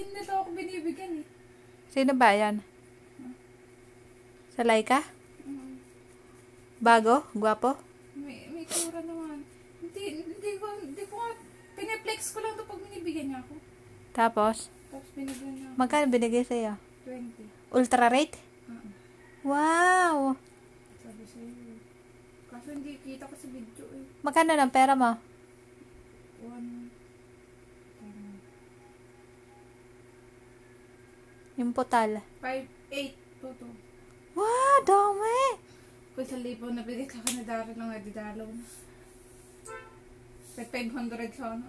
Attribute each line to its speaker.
Speaker 1: akong binibigyan eh.
Speaker 2: Sino ba yan? Sa Laika?
Speaker 1: Mm,
Speaker 2: Bago? Gwapo?
Speaker 1: May, may tura naman. Hindi, hindi ko, hindi ko nga, piniplex ko lang to pag binibigyan niya ako.
Speaker 2: Tapos,
Speaker 1: Tapos binigyan niya ako
Speaker 2: magkano binigay sa'yo?
Speaker 1: 20.
Speaker 2: Ultra rate?
Speaker 1: Ah, ah.
Speaker 2: Wow!
Speaker 1: sabi sa iyo. Kaso hindi kita ko sa video eh.
Speaker 2: Magkano ng pera mo?
Speaker 1: One, ten,
Speaker 2: Yung putal.
Speaker 1: five, eight, two, two.
Speaker 2: Wow, dami!
Speaker 1: Kung sa libo na binigyan ka na daro ng adidalo. Sa 500 sa ano.